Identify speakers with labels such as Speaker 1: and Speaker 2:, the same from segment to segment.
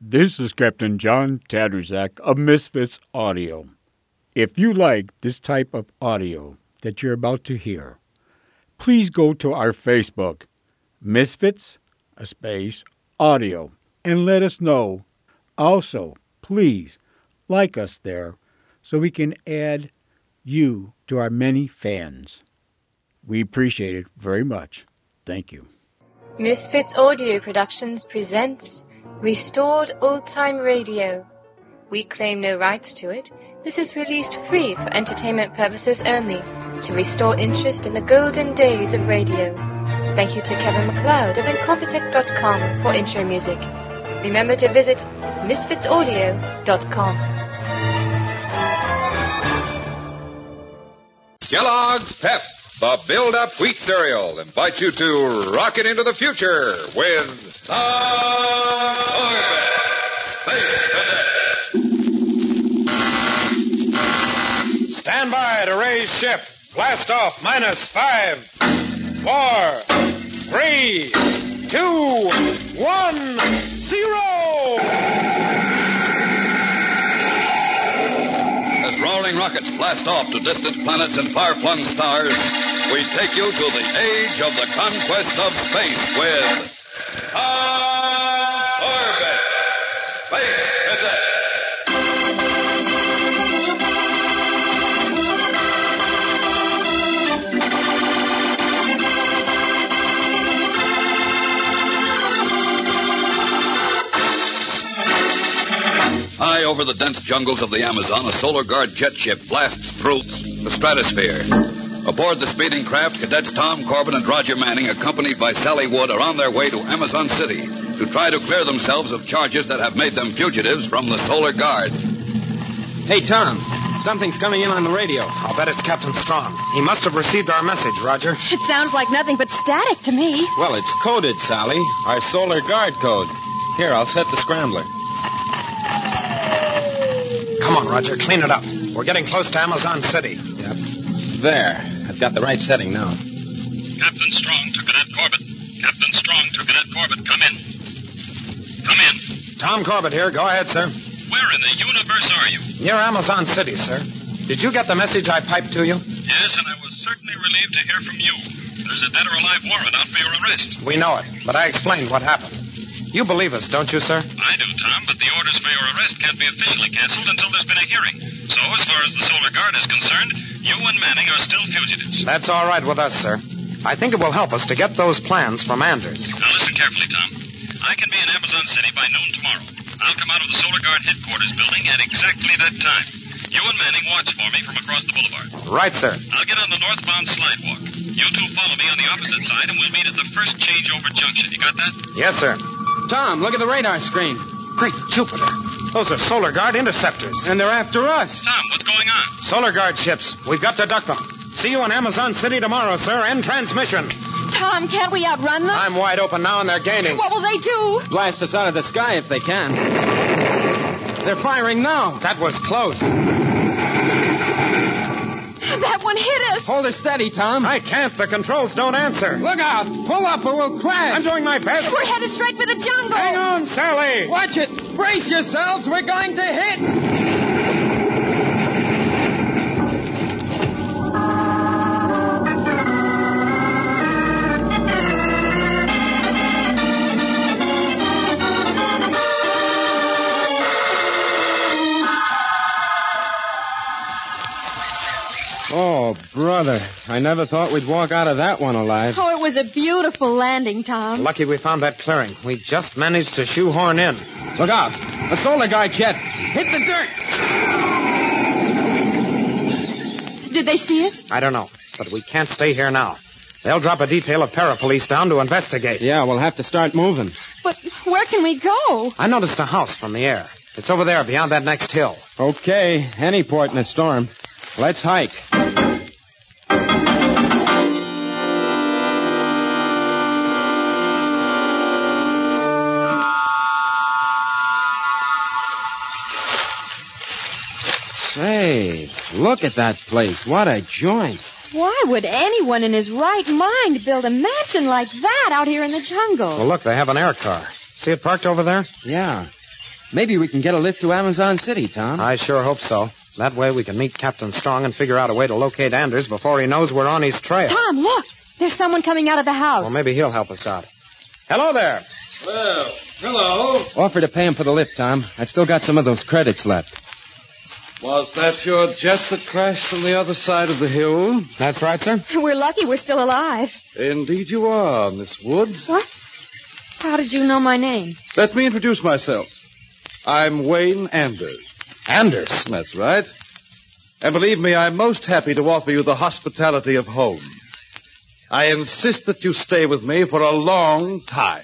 Speaker 1: This is Captain John Tattersack of Misfits Audio. If you like this type of audio that you're about to hear, please go to our Facebook, Misfits a Space Audio, and let us know. Also, please like us there so we can add you to our many fans. We appreciate it very much. Thank you.
Speaker 2: Misfits Audio Productions presents Restored Old Time Radio. We claim no rights to it. This is released free for entertainment purposes only to restore interest in the golden days of radio. Thank you to Kevin McLeod of Incompetech.com for intro music. Remember to visit misfitsaudio.com.
Speaker 3: Kellogg's Pep, the Build Up Wheat Cereal, invites you to rocket into the future with the Orbit Space Cadet. Stand by to raise ship. Blast off minus five, four, three, two, one, zero. As roaring rockets blast off to distant planets and far flung stars, we take you to the age of the conquest of space with. Tom Orbit, Space Cadet. High over the dense jungles of the Amazon, a Solar Guard jet ship blasts through the stratosphere. Aboard the speeding craft, cadets Tom Corbin and Roger Manning, accompanied by Sally Wood, are on their way to Amazon City to try to clear themselves of charges that have made them fugitives from the Solar Guard.
Speaker 4: Hey, Tom, something's coming in on the radio.
Speaker 5: I'll bet it's Captain Strong. He must have received our message, Roger.
Speaker 6: It sounds like nothing but static to me.
Speaker 4: Well, it's coded, Sally. Our solar guard code. Here, I'll set the scrambler.
Speaker 5: Come on, Roger, clean it up. We're getting close to Amazon City.
Speaker 4: Yep. There. I've got the right setting now.
Speaker 7: Captain Strong to Cadet Corbett. Captain Strong to Cadet Corbett, come in. Come in.
Speaker 5: Tom Corbett here. Go ahead, sir.
Speaker 7: Where in the universe are you?
Speaker 5: Near Amazon City, sir. Did you get the message I piped to you?
Speaker 7: Yes, and I was certainly relieved to hear from you. There's a dead or alive warrant out for your arrest.
Speaker 5: We know it, but I explained what happened. You believe us, don't you, sir?
Speaker 7: I do, Tom, but the orders for your arrest can't be officially canceled until there's been a hearing. So, as far as the Solar Guard is concerned, you and Manning are still fugitives.
Speaker 5: That's all right with us, sir. I think it will help us to get those plans from Anders.
Speaker 7: Now, listen carefully, Tom. I can be in Amazon City by noon tomorrow. I'll come out of the Solar Guard headquarters building at exactly that time. You and Manning watch for me from across the boulevard.
Speaker 5: Right, sir.
Speaker 7: I'll get on the northbound slidewalk. You two follow me on the opposite side, and we'll meet at the first changeover junction. You got that?
Speaker 5: Yes, sir.
Speaker 4: Tom, look at the radar screen.
Speaker 5: Great Jupiter. Those are Solar Guard interceptors.
Speaker 4: And they're after us.
Speaker 7: Tom, what's going on?
Speaker 5: Solar Guard ships. We've got to duck them. See you in Amazon City tomorrow, sir. End transmission.
Speaker 6: Tom, can't we outrun them?
Speaker 5: I'm wide open now, and they're gaining.
Speaker 6: What will they do?
Speaker 4: Blast us out of the sky if they can. They're firing now.
Speaker 5: That was close.
Speaker 6: That one hit us.
Speaker 8: Oh.
Speaker 4: Hold her steady, Tom.
Speaker 5: I can't. The controls don't answer.
Speaker 4: Look out. Pull up or we'll crash.
Speaker 5: I'm doing my best.
Speaker 6: We're headed straight for the jungle.
Speaker 5: Hang on, Sally.
Speaker 4: Watch it. Brace yourselves. We're going to hit. Oh, brother. I never thought we'd walk out of that one alive.
Speaker 6: Oh, it was a beautiful landing, Tom.
Speaker 5: Lucky we found that clearing. We just managed to shoehorn in.
Speaker 4: Look out. A solar guard jet. Hit the dirt.
Speaker 6: Did they see us?
Speaker 5: I don't know, but we can't stay here now. They'll drop a detail of parapolice down to investigate.
Speaker 4: Yeah, we'll have to start moving.
Speaker 6: But where can we go?
Speaker 5: I noticed a house from the air. It's over there beyond that next hill.
Speaker 4: Okay, any port in a storm. Let's hike. Say, look at that place. What a joint.
Speaker 6: Why would anyone in his right mind build a mansion like that out here in the jungle?
Speaker 5: Well, look, they have an air car. See it parked over there?
Speaker 4: Yeah. Maybe we can get a lift to Amazon City, Tom.
Speaker 5: I sure hope so. That way we can meet Captain Strong and figure out a way to locate Anders before he knows we're on his trail.
Speaker 6: Tom, look! There's someone coming out of the house.
Speaker 5: Well, maybe he'll help us out.
Speaker 9: Hello there.
Speaker 8: Well, hello.
Speaker 4: Offer to pay him for the lift, Tom. I've still got some of those credits left.
Speaker 8: Was that your jet that crashed from the other side of the hill?
Speaker 5: That's right, sir.
Speaker 6: We're lucky we're still alive.
Speaker 8: Indeed you are, Miss Wood.
Speaker 6: What? How did you know my name?
Speaker 8: Let me introduce myself. I'm Wayne Anders.
Speaker 5: Anders.
Speaker 8: That's right. And believe me, I'm most happy to offer you the hospitality of home. I insist that you stay with me for a long time.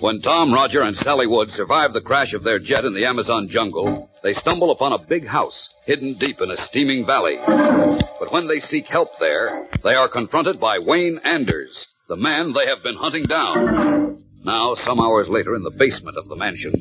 Speaker 3: When Tom, Roger, and Sally Wood survive the crash of their jet in the Amazon jungle, they stumble upon a big house hidden deep in a steaming valley. But when they seek help there, they are confronted by Wayne Anders, the man they have been hunting down. Now, some hours later, in the basement of the mansion.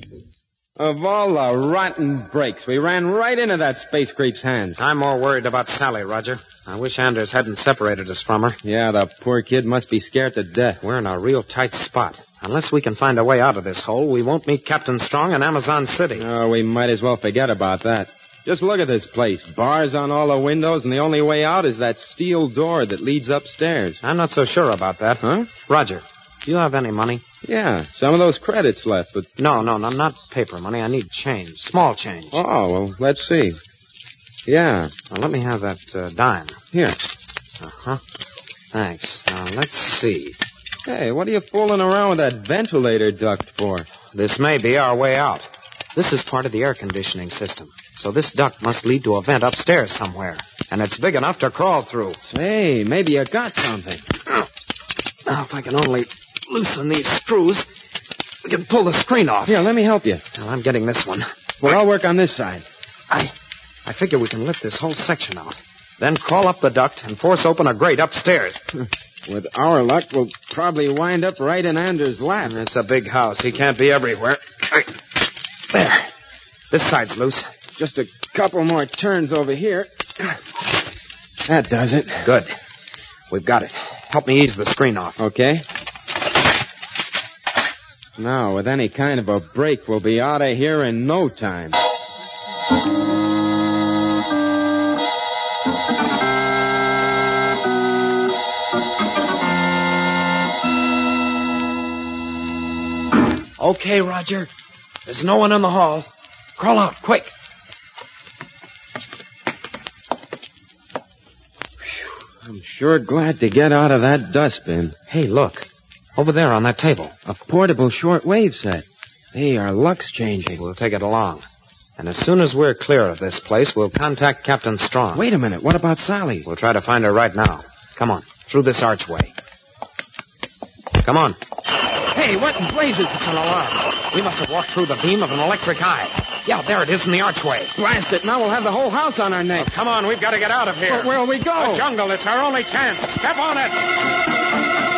Speaker 4: Of all the rotten breaks, we ran right into that space creep's hands.
Speaker 5: I'm more worried about Sally, Roger. I wish Anders hadn't separated us from her.
Speaker 4: Yeah, the poor kid must be scared to death.
Speaker 5: We're in a real tight spot. Unless we can find a way out of this hole, we won't meet Captain Strong in Amazon City.
Speaker 4: Oh, we might as well forget about that. Just look at this place. Bars on all the windows, and the only way out is that steel door that leads upstairs.
Speaker 5: I'm not so sure about that.
Speaker 4: Huh?
Speaker 5: Roger, do you have any money?
Speaker 4: Yeah, some of those credits left, but.
Speaker 5: No, no, no, not paper money. I need change. Small change.
Speaker 4: Oh, well, let's see. Yeah,
Speaker 5: Now, let me have that uh, dime.
Speaker 4: here.
Speaker 5: Uh-huh. Thanks. Now, let's see.
Speaker 4: Hey, what are you fooling around with that ventilator duct for?
Speaker 5: This may be our way out. This is part of the air conditioning system. So this duct must lead to a vent upstairs somewhere. And it's big enough to crawl through.
Speaker 4: Hey, maybe you got something.
Speaker 5: Now, if I can only loosen these screws, we can pull the screen off.
Speaker 4: Here, let me help you.
Speaker 5: Well, I'm getting this one.
Speaker 4: Well, I'll work on this side.
Speaker 5: I, I figure we can lift this whole section out. Then crawl up the duct and force open a grate upstairs.
Speaker 4: With our luck, we'll probably wind up right in Anders' lap.
Speaker 5: It's a big house. He can't be everywhere. There. This side's loose.
Speaker 4: Just a couple more turns over here. That does it.
Speaker 5: Good. We've got it. Help me ease the screen off.
Speaker 4: Okay. Now, with any kind of a break, we'll be out of here in no time.
Speaker 5: Okay, Roger. There's no one in the hall. Crawl out, quick.
Speaker 4: I'm sure glad to get out of that dustbin.
Speaker 5: Hey, look. Over there on that table.
Speaker 4: A portable shortwave set. Hey, our luck's changing.
Speaker 5: We'll take it along. And as soon as we're clear of this place, we'll contact Captain Strong.
Speaker 4: Wait a minute. What about Sally?
Speaker 5: We'll try to find her right now. Come on, through this archway. Come on. Hey, what in blazes? It's an alarm. We must have walked through the beam of an electric eye. Yeah, there it is in the archway.
Speaker 4: Blast it. Now we'll have the whole house on our necks.
Speaker 9: Come on, we've got to get out of here.
Speaker 4: But where'll we go?
Speaker 9: The jungle, it's our only chance. Step on it.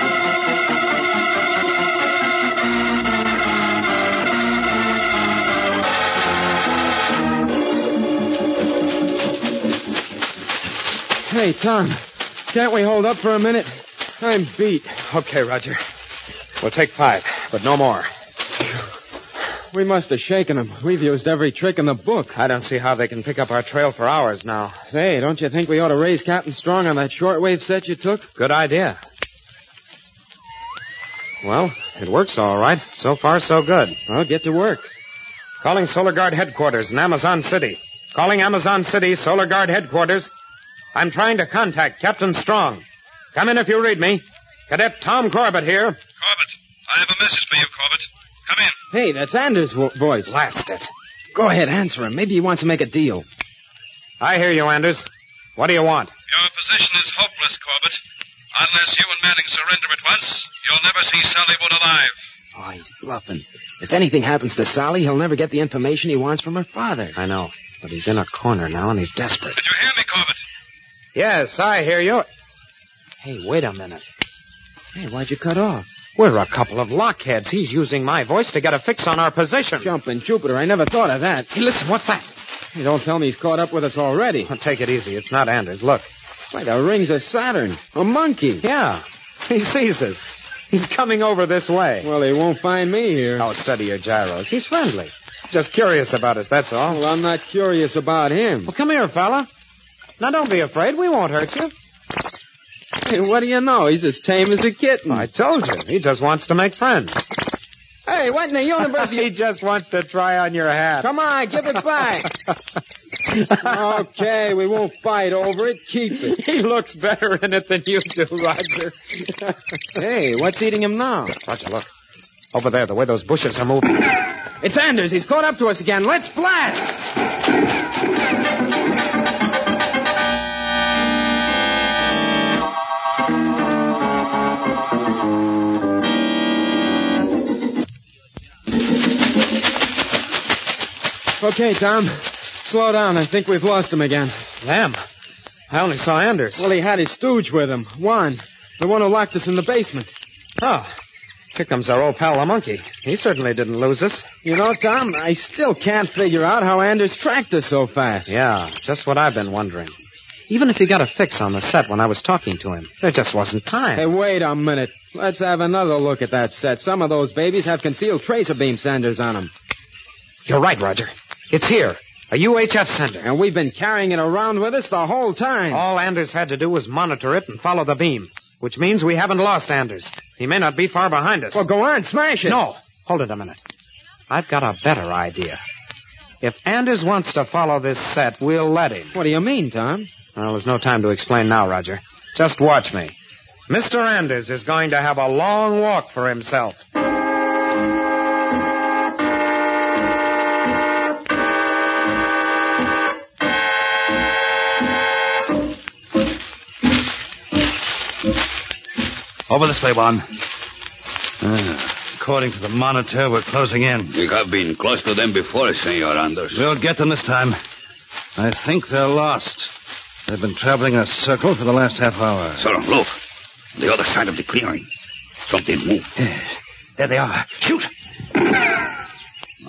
Speaker 4: Hey, Tom. Can't we hold up for a minute? I'm beat.
Speaker 5: Okay, Roger. We'll take five, but no more.
Speaker 4: We must have shaken them. We've used every trick in the book.
Speaker 5: I don't see how they can pick up our trail for hours now.
Speaker 4: Say, don't you think we ought to raise Captain Strong on that shortwave set you took?
Speaker 5: Good idea. Well, it works all right. So far, so good.
Speaker 4: Well, get to work.
Speaker 5: Calling Solar Guard headquarters in Amazon City. Calling Amazon City, Solar Guard headquarters. I'm trying to contact Captain Strong. Come in if you read me. Cadet Tom Corbett here.
Speaker 7: Corbett, I have a message for you, Corbett. Come in.
Speaker 4: Hey, that's Anders' wo- voice.
Speaker 5: Blast it.
Speaker 4: Go ahead, answer him. Maybe he wants to make a deal.
Speaker 5: I hear you, Anders. What do you want?
Speaker 7: Your position is hopeless, Corbett. Unless you and Manning surrender at once, you'll never see Sally Wood alive.
Speaker 4: Oh, he's bluffing. If anything happens to Sally, he'll never get the information he wants from her father.
Speaker 5: I know, but he's in a corner now and he's desperate.
Speaker 7: Did you hear me, Corbett?
Speaker 5: Yes, I hear you. Hey, wait a minute.
Speaker 4: Hey, why'd you cut off?
Speaker 5: We're a couple of lockheads. He's using my voice to get a fix on our position.
Speaker 4: Jumping Jupiter, I never thought of that.
Speaker 5: Hey, listen, what's that?
Speaker 4: Hey, don't tell me he's caught up with us already.
Speaker 5: take it easy. It's not Anders. Look.
Speaker 4: Why, the rings of Saturn. A monkey.
Speaker 5: Yeah. He sees us. He's coming over this way.
Speaker 4: Well, he won't find me here.
Speaker 5: Oh, study your gyros. He's friendly. Just curious about us, that's all.
Speaker 4: Well, I'm not curious about him.
Speaker 5: Well, come here, fella. Now, don't be afraid. We won't hurt you.
Speaker 4: Hey, what do you know? He's as tame as a kitten.
Speaker 5: I told you. He just wants to make friends.
Speaker 4: Hey, what in the universe?
Speaker 5: he just wants to try on your hat.
Speaker 4: Come on, give it back. okay, we won't fight over it. Keep it.
Speaker 5: He looks better in it than you do, Roger.
Speaker 4: Hey, what's eating him now?
Speaker 5: Roger, look. Over there, the way those bushes are moving.
Speaker 4: It's Anders. He's caught up to us again. Let's blast! Okay, Tom. Slow down. I think we've lost him again.
Speaker 5: Them. I only saw Anders.
Speaker 4: Well, he had his stooge with him. Juan. The one who locked us in the basement.
Speaker 5: Oh. Here comes our old pal, the monkey. He certainly didn't lose us.
Speaker 4: You know, Tom, I still can't figure out how Anders tracked us so fast.
Speaker 5: Yeah, just what I've been wondering. Even if he got a fix on the set when I was talking to him, there just wasn't time.
Speaker 4: Hey, wait a minute. Let's have another look at that set. Some of those babies have concealed tracer beam senders on them.
Speaker 5: You're right, Roger. It's here. A UHF sender.
Speaker 4: And we've been carrying it around with us the whole time.
Speaker 10: Oh.
Speaker 5: All Anders had to do was monitor it and follow the beam, which means we haven't lost Anders. He may not be far behind us.
Speaker 4: Well, go on, smash it.
Speaker 5: No. Hold it a minute. I've got a better idea. If Anders wants to follow this set, we'll let him.
Speaker 4: What do you mean, Tom?
Speaker 5: Well, there's no time to explain now, Roger. Just watch me. Mr. Anders is going to have a long walk for himself.
Speaker 8: Over this way, Juan. Ah, according to the monitor, we're closing in.
Speaker 3: You have been close to them before, Senor Anders.
Speaker 8: We'll get them this time. I think they're lost. They've been traveling in a circle for the last half hour.
Speaker 3: Sir, look. The other side of the clearing. Something moved.
Speaker 8: There they are. Shoot!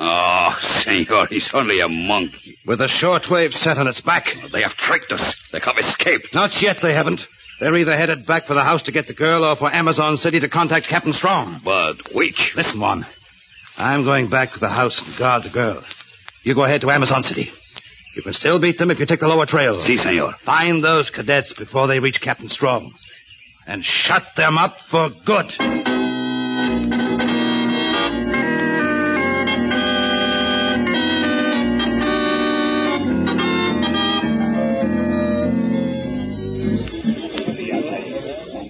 Speaker 3: Oh, senor, he's only a monkey.
Speaker 8: With a shortwave set on its back.
Speaker 3: They have tricked us. They have escaped.
Speaker 8: Not yet, they haven't. They're either headed back for the house to get the girl or for Amazon City to contact Captain Strong.
Speaker 3: But which?
Speaker 8: Listen, Juan. I'm going back to the house and guard the girl. You go ahead to Amazon City. You can still beat them if you take the lower trail.
Speaker 3: Si, senor.
Speaker 8: Find those cadets before they reach Captain Strong. And shut them up for good.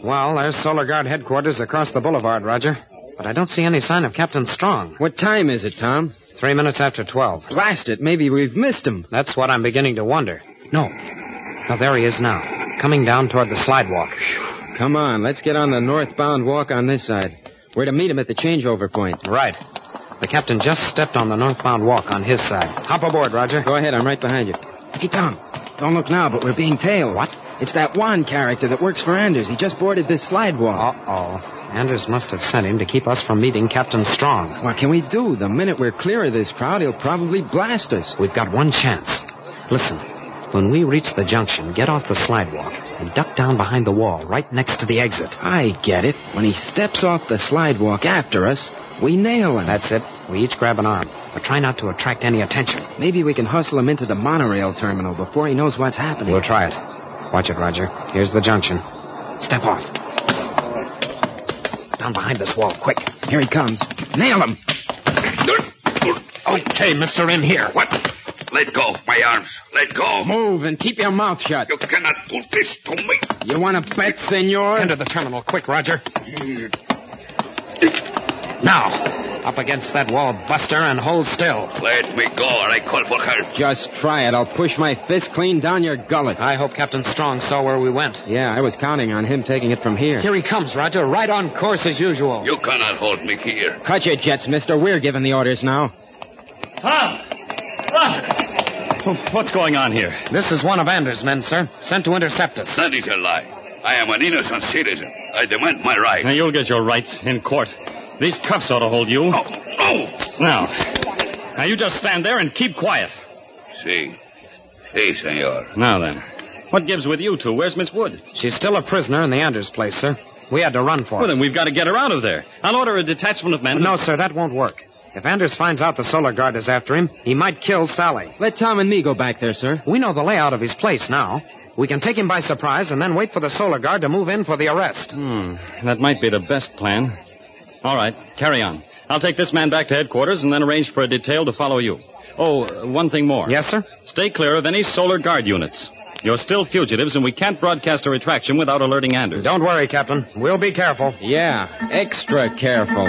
Speaker 5: Well, there's Solar Guard headquarters across the boulevard, Roger. But I don't see any sign of Captain Strong.
Speaker 4: What time is it, Tom?
Speaker 5: Three minutes after 12.
Speaker 4: Blast it. Maybe we've missed him.
Speaker 5: That's what I'm beginning to wonder. No. No, there he is now, coming down toward the slidewalk.
Speaker 4: Come on, let's get on the northbound walk on this side. We're to meet him at the changeover point.
Speaker 5: Right. The captain just stepped on the northbound walk on his side. Hop aboard, Roger.
Speaker 4: Go ahead, I'm right behind you. Hey, Tom. Don't look now, but we're being tailed.
Speaker 5: What?
Speaker 4: It's that Juan character that works for Anders. He just boarded this slide wall.
Speaker 5: Uh-oh. Anders must have sent him to keep us from meeting Captain Strong.
Speaker 4: What can we do? The minute we're clear of this crowd, he'll probably blast us.
Speaker 5: We've got one chance. Listen, when we reach the junction, get off the slidewalk and duck down behind the wall right next to the exit.
Speaker 4: I get it. When he steps off the slidewalk after us, we nail him.
Speaker 5: That's it. We each grab an arm, but try not to attract any attention.
Speaker 4: Maybe we can hustle him into the monorail terminal before he knows what's happening.
Speaker 5: We'll try it. Watch it, Roger. Here's the junction. Step off. Down behind this wall, quick.
Speaker 4: Here he comes. Nail him.
Speaker 5: Okay, mister, in here.
Speaker 3: What? Let go of my arms. Let go.
Speaker 4: Move and keep your mouth shut.
Speaker 3: You cannot do this to me.
Speaker 4: You want to bet, senor?
Speaker 5: Enter the terminal, quick, Roger. Now, up against that wall, Buster, and hold still.
Speaker 3: Let me go or I call for help.
Speaker 4: Just try it. I'll push my fist clean down your gullet.
Speaker 5: I hope Captain Strong saw where we went.
Speaker 4: Yeah, I was counting on him taking it from here.
Speaker 5: Here he comes, Roger, right on course as usual.
Speaker 3: You cannot hold me here.
Speaker 4: Cut your jets, mister. We're giving the orders now.
Speaker 10: Tom! Roger! What's going on here?
Speaker 5: This is one of Anders' men, sir, sent to intercept us.
Speaker 3: That is a lie. I am an innocent citizen. I demand my rights.
Speaker 10: Now, you'll get your rights in court. These cuffs ought to hold you.
Speaker 3: Oh, oh!
Speaker 10: Now, now you just stand there and keep quiet.
Speaker 11: See. See, senor.
Speaker 10: Now then, what gives with you two? Where's Miss Wood?
Speaker 5: She's still a prisoner in the Anders place, sir. We had to run for
Speaker 10: Well,
Speaker 5: her.
Speaker 10: then we've got to get her out of there. I'll order a detachment of men.
Speaker 5: No, sir, that won't work. If Anders finds out the Solar Guard is after him, he might kill Sally. Let Tom and me go back there, sir. We know the layout of his place now. We can take him by surprise and then wait for the Solar Guard to move in for the arrest.
Speaker 10: Hmm, that might be the best plan. All right, carry on. I'll take this man back to headquarters and then arrange for a detail to follow you. Oh, uh, one thing more. Yes,
Speaker 5: sir?
Speaker 10: Stay clear of any Solar Guard units. You're still fugitives, and we can't broadcast a retraction without alerting Anders.
Speaker 5: Don't worry, Captain. We'll be careful.
Speaker 10: Yeah,
Speaker 4: Ah, eh,
Speaker 10: extra careful.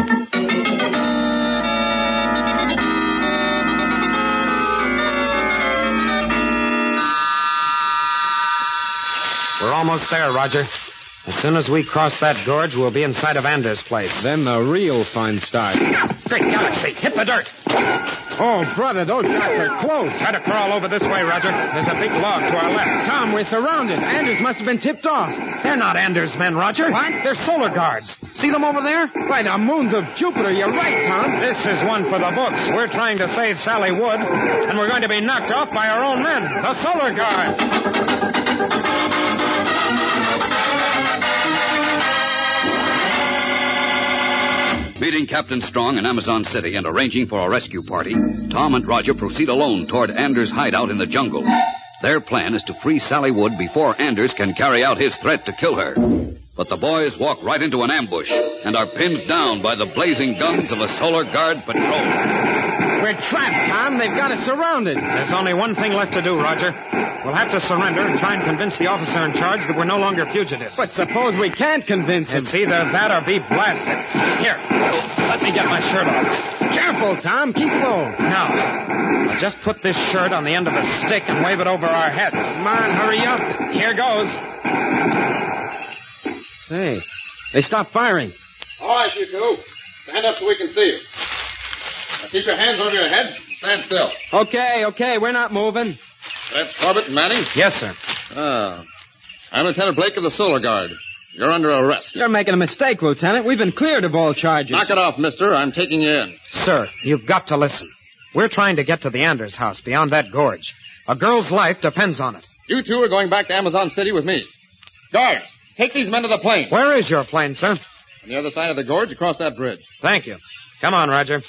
Speaker 5: We're almost there, Roger. As soon as we cross that gorge, we'll be inside of Anders' place. Then the real fun starts.
Speaker 9: Great galaxy, hit the dirt.
Speaker 5: Oh, brother, those shots are close.
Speaker 9: Try to crawl over this way, Roger. There's a big log to our left.
Speaker 5: Tom, we're surrounded. Anders must have been tipped off. They're not Anders' men, Roger. What? They're solar guards. See them over there? By the moons of Jupiter, you're right, Tom.
Speaker 9: This is one for the books. We're trying to save Sally Wood, and we're going to be knocked off by our own men, the Solar Guard.
Speaker 3: Meeting Captain Strong in Amazon City and arranging for a rescue party, Tom and Roger proceed alone toward Anders' hideout in the jungle. Their plan is to free Sally Wood before Anders can carry out his threat to kill her. But the boys walk right into an ambush and are pinned down by the blazing guns of a Solar Guard patrol.
Speaker 5: We're trapped, Tom. They've got us surrounded.
Speaker 9: There's only one thing left to do, Roger. We'll have to surrender and try and convince the officer in charge that we're no longer fugitives. But
Speaker 5: suppose we can't convince him.
Speaker 9: It's either that or be blasted. Here, let me get my shirt off.
Speaker 5: Careful, Tom. Keep low.
Speaker 9: Now, I'll just put this shirt on the end of a stick and wave it over our heads. Come on, hurry up. Here goes.
Speaker 5: Say, they stopped firing.
Speaker 12: All right, you two. Stand up so we can see you. Now keep your hands over your heads and stand still.
Speaker 5: Okay, okay, we're not moving.
Speaker 12: That's Corbett and Manning?
Speaker 5: Yes, sir.
Speaker 12: Ah. I'm Lieutenant Blake of the Solar Guard. You're under arrest.
Speaker 5: You're making a mistake, Lieutenant. We've been cleared of all charges.
Speaker 12: Knock it off, mister. I'm taking you in.
Speaker 5: Sir, you've got to listen. We're trying to get to the Anders house beyond that gorge. A girl's life depends on it.
Speaker 12: You two are going back to Amazon City with me. Guards, take these men to the plane.
Speaker 5: Where is your plane, sir?
Speaker 12: On the other side of the gorge, across that bridge.
Speaker 5: Thank you. Come on, Roger.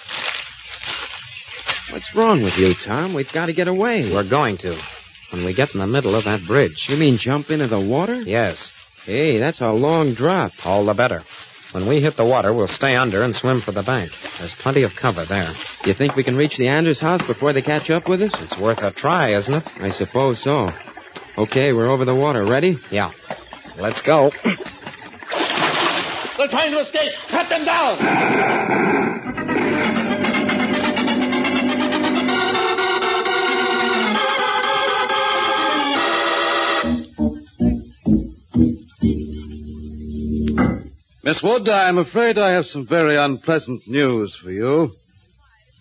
Speaker 5: What's wrong with you, Tom? We've got to get away. We're going to. When we get in the middle of that bridge. You mean jump into the water? Yes. Hey, that's a long drop. All the better. When we hit the water, we'll stay under and swim for the bank. There's plenty of cover there. You think we can reach the Anders house before they catch up with us? It's worth a try, isn't it? I suppose so. Okay, we're over the water. Ready? Yeah. Let's go.
Speaker 12: They're trying to escape. Cut them down.
Speaker 8: Miss Wood, I'm afraid I have some very unpleasant news for you.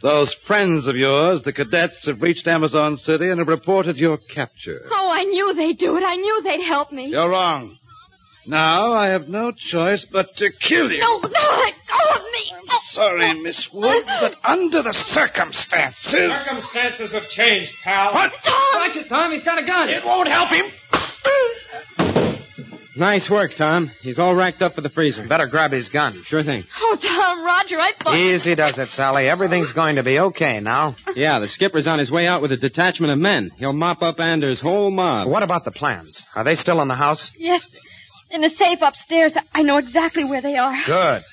Speaker 8: Those friends of yours, the cadets, have reached Amazon City and have reported your capture.
Speaker 6: Oh, I knew they'd do it. I knew they'd help me.
Speaker 8: You're wrong. Now I have no choice but to kill you.
Speaker 6: No, no, let go of me.
Speaker 8: Sorry, Miss Wood, but under the circumstances.
Speaker 9: Circumstances have changed, pal.
Speaker 8: What?
Speaker 6: Tom!
Speaker 5: Watch it, Tom. He's got a gun.
Speaker 8: It won't help him.
Speaker 5: Nice work, Tom. He's all racked up for the freezer. Better grab his gun. Sure thing.
Speaker 6: Oh, Tom, Roger, I thought.
Speaker 5: Easy does it, Sally. Everything's going to be okay now.
Speaker 4: Yeah, the skipper's on his way out with a detachment of men. He'll mop up Anders' whole mob.
Speaker 5: What about the plans? Are they still in the house?
Speaker 6: Yes, in the safe upstairs. I know exactly where they are.
Speaker 5: Good.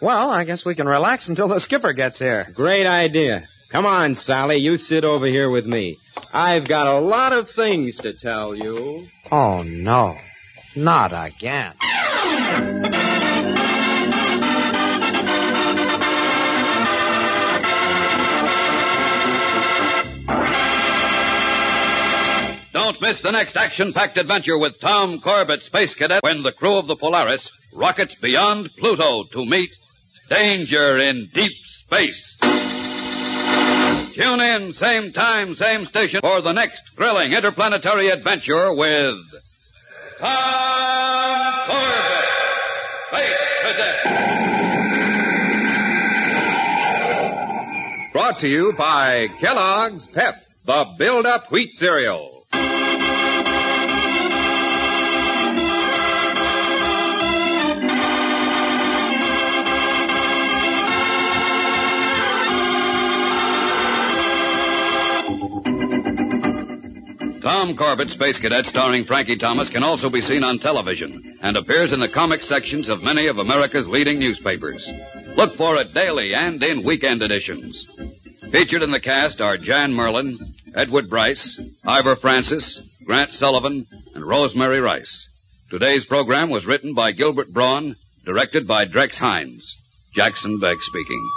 Speaker 5: Well, I guess we can relax until the skipper gets here.
Speaker 4: Great idea. Come on, Sally, you sit over here with me. I've got a lot of things to tell you.
Speaker 5: Oh, no. Not again.
Speaker 3: Don't miss the next action-packed adventure with Tom Corbett, Space Cadet, when the crew of the Polaris rockets beyond Pluto to meet danger in deep space. Tune in, same time, same station, for the next thrilling interplanetary adventure with Tom Corbett, Space Cadet.
Speaker 8: Brought to you by Kellogg's Pep,
Speaker 13: the Build Up Wheat Cereal.
Speaker 3: Tom Corbett, Space Cadet, starring Frankie Thomas, can also be seen on television and appears in the comic sections of many of America's leading newspapers. Look for it daily and in weekend editions. Featured in the cast are Jan Merlin, Edward Bryce, Ivor Francis, Grant Sullivan, and Rosemary Rice. Today's program was written by Gilbert Braun, directed by Drex Hines. Jackson Beck speaking.